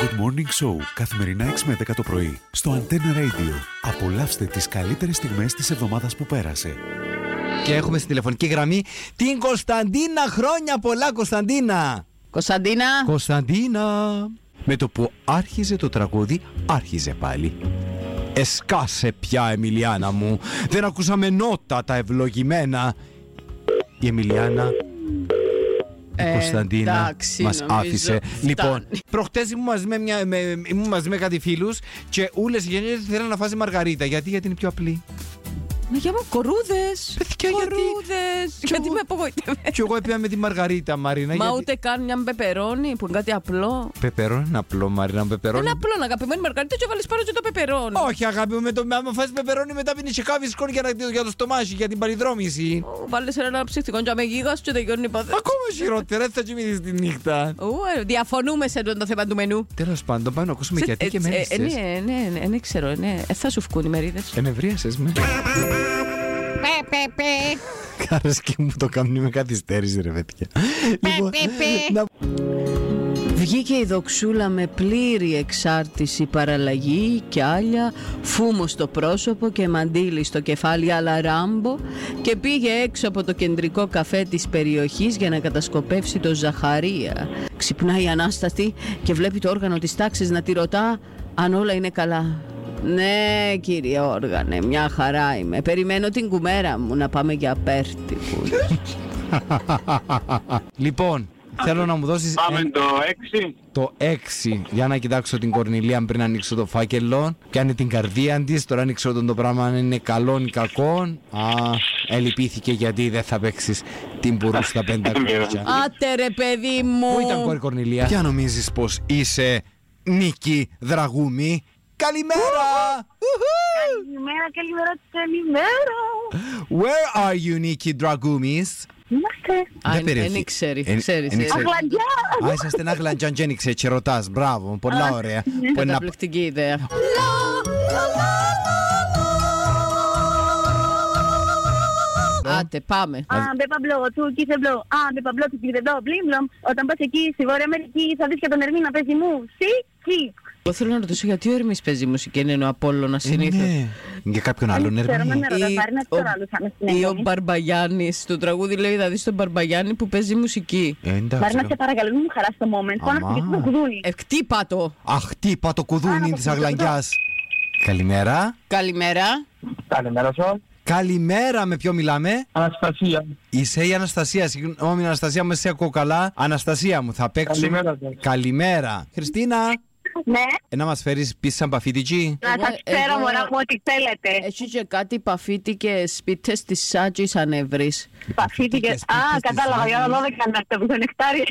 Good Morning Show, καθημερινά 6 με 10 το πρωί, στο Antenna Radio. Απολαύστε τις καλύτερες στιγμές της εβδομάδας που πέρασε. Και έχουμε στη τηλεφωνική γραμμή την Κωνσταντίνα. Χρόνια πολλά, Κωνσταντίνα! Κωνσταντίνα, Κωνσταντίνα! Με το που άρχιζε το τραγούδι, άρχιζε πάλι. Εσκάσε πια, Εμιλιάνα μου. Δεν ακούσαμε νότα τα ευλογημένα. Η Εμιλιάνα. Η Ε, Κωνσταντίνα εντάξει, μας νομίζω άφησε. φτάνει. Λοιπόν, προχτές ήμουν μαζί με, μια, με, ήμουν μαζί με κάτι φίλους και όλες οι γενιές θέλανε να φάζει μαργαρίτα. Γιατί, γιατί είναι πιο απλή. Μα Ναι, για μου, κορούδε. Παιδιά, γιατί- Κι Γιατί εγώ- με απογοητεύεις. και εγώ έπια με τη μαργαρίτα, Μαρίνα. Ε. Μα Ναι, γιατί- ούτε καν μια πεπερώνη που είναι κάτι απλό. Πεπερώνι είναι απλό, Μαρίνα. Πεπερώνι. Είναι απλό, αγαπημένη Μαργαρίτα, και βάλεις πάνω και το πεπερώνι. Όχι, αγάπη μου, με το άμα φας πεπερώνι μετά πίνεις και κάβεις σκόνη για, να- για το στομάχι, για την παριδρόμηση. Βάλει ένα ψυχτικό και με γίγας και τελειώνει η υπόθεση. Ακόμα χειρότερα, έτσι θα κοιμηθείς τη νύχτα. Ου, ε, Διαφωνούμε σε το θέμα του μενού. Τέλος πάντων, πάμε να ακούσουμε Σε- γιατί ε, και ε, με ε, έριξες. Ναι, ναι, ναι, ναι, ξέρω, ναι. Ε, Θα σου φκούν οι μερίδες. Ενευρίασες με. Καρασκή μου το κάνουν με καθυστέρηση ρε παιδιά. Λοιπόν, να- Βγήκε η δοξούλα με πλήρη εξάρτηση, παραλλαγή, κιάλια, φούμο στο πρόσωπο και μαντίλι στο κεφάλι αλλά ράμπο και πήγε έξω από το κεντρικό καφέ της περιοχής για να κατασκοπεύσει το Ζαχαρία. Ξυπνάει ανάστατη και βλέπει το όργανο της τάξης να τη ρωτά αν όλα είναι καλά. Ναι κύριε όργανε, μια χαρά είμαι. Περιμένω την κουμέρα μου να πάμε για απέρτικους. Λοιπόν, θέλω να μου δώσεις Πάμε ένα- το 6. το 6 για να κοιτάξω την Κορνηλία πριν ανοίξω το φάκελο. Πιάνει την καρδία της. Τώρα ανοίξω όταν το πράγμα αν είναι καλό ή κακό. Α, ελυπήθηκε γιατί δεν θα παίξεις την μπουρού στα πέντε κορίτσια. Άτε ρε παιδί μου! Πού ήταν κόρη Κορνηλία. Ποια νομίζεις πως είσαι Νίκη Δραγούμη. Καλημέρα! Καλημέρα, καλημέρα, καλημέρα. Where are you, Νίκη Δραγούμης? Είμαστε. Α, Δεν εν- περιέχει. εν ήξερε, Εν- ξέρεις, εν ε. ήξερε. Αγλαντιά. Α, είσαστε ένα γλαντζάν, δεν ήξερε, και ρωτάς. Μπράβο, πολλά ωραία. ναι, Που είναι Ναι. να- Καταπληκτική ιδέα. Άτε, πάμε. Αν δεν παμπλώ, του κίσε μπλό. Αν δεν παμπλώ, του κίσε μπλό. Μπλίμπλομ. Όταν πας εκεί στη Βόρεια Αμερική θα δεις και τον Ερμή να παίζει μου. Σίκι. Εγώ θέλω να ρωτήσω γιατί ο Ερμής παίζει μουσική ενώ είναι ο Απόλλωνας Ε, συνήθως. ναι. Για κάποιον άλλον Ξέρω, με Ερμή. ρωτάς, Ή Άρη, να ο- ξέρω άλλους αν είναι στην Ή ο εκπομπή. Μπαρμπαγιάννης. Το τραγούδι λέει θα δεις τον Μπαρμπαγιάννη που παίζει μουσική. Ε, εντάξει, Μαρίνα, ρε. σε παρακαλώ, μην μου χαρά το moment. Φώναξε Αμά. και το κουδούνι. Ε, χτύπα το. Αχ, χτύπα το κουδούνι της αγλαγιάς. Καλημέρα. Καλημέρα. Καλημέρα σου. Καλημέρα, με ποιο μιλάμε. Αναστασία. Είσαι η Αναστασία. Συγγνώμη, Αναστασία, μου σε ακούω καλά. Αναστασία μου, θα παίξω. Καλημέρα σας. Καλημέρα. Χριστίνα, Ναι, ε, να μας φέρεις πίσω σαν παφίτικη. να Εγώ- σας ξέρω, εγώ- Ε, μωρά μου, ό,τι θέλετε. Έχει και κάτι παφίτηκε σπίτες της Σάτζης Ανεύρης. Παφίτηκε. παφίτηκες, Α, πίτες κατάλαβα, της για Άννης. να δω να έρθω το νεκτάρι.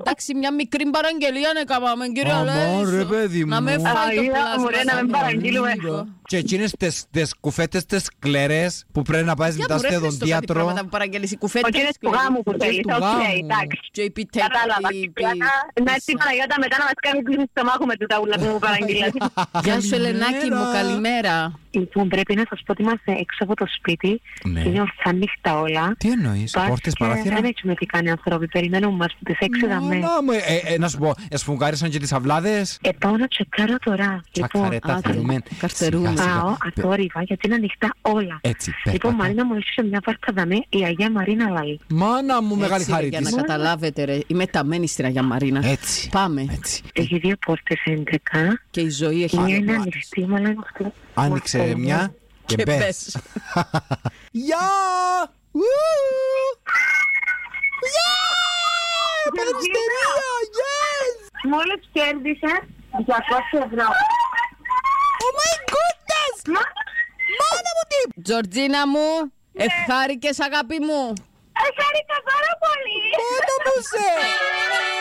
Εντάξει, μια μικρή παραγγελία να κάνουμε, κύριε Αμά, Αλέσο. ρε, παιδί Να μου. με φάει το Αγία πλάσμα. μου, ρε, να σαν με παραγγείλουμε. λίγο. Και εκείνες τις, τις κουφέτες τις κλερές που πρέπει να πάει Για μετά μου, ρε, στο Χριστό, κάτι δοντίατρο. πράγματα που παραγγέλεις, οι Ο κουφέτες κύριος της του γάμου που κληρονομιάς. θέλει. του Οκ, γάμου. εντάξει. Και η πιτέτα. Κατάλαβα. η- η- Να έρθει η Παναγιώτα μετά να μας κάνει πλήρη στομάχου με το ταούλα που μου παραγγείλατε. Γεια σου, Ελενάκη μου, καλημέρα. Λοιπόν, πρέπει να σας πω ότι είμαστε έξω από το σπίτι. Ναι. Είναι ορθά νύχτα όλα. Τι εννοείς, Πας πόρτες, και παράθυρα. Δεν έχουμε τι κάνει άνθρωποι. Περιμένουμε μας που τις έξι δαμέ. Να, μου, ε, ε, να σου πω, εσφουγγάρισαν και τις αυλάδες. Ε, πάω να τσεκάρω τώρα. Λοιπόν, Τσακαρέτα άντε, θέλουμε. καρτερούμε. Σιγά, σιγά. πάω Πε- αθόρυβα γιατί είναι ανοιχτά όλα. Έτσι, Λοιπόν, πέρπατα. Μαρίνα μου έστεισε μια βάρκα δαμέ, η Αγία Μαρίνα λαλή. Μάνα μου, μεγάλη Έτσι, ρε, χάρη Για της. να καταλάβετε, ρε, η μεταμένη στην Αγία Μαρίνα. Έτσι. Πάμε. Έτσι. Έχει δύο πόρτες εντρικά. Και η ζωή έχει. Η μία είναι μάλιστα. ανοιχτή, η άλλη είναι ανοιχτή. Άνοιξε μια και Και πες. πες. Γεια! Ου! Γεια! Πανεστερία! Yes! Μόλις κέρδισες 200 ευρώ. Oh my goodness! Μάνα μου τι! Τζορτζίνα μου, Ναι. ευχάρικες αγάπη μου. Ευχαριστώ πάρα πολύ. Μάνα μου σε!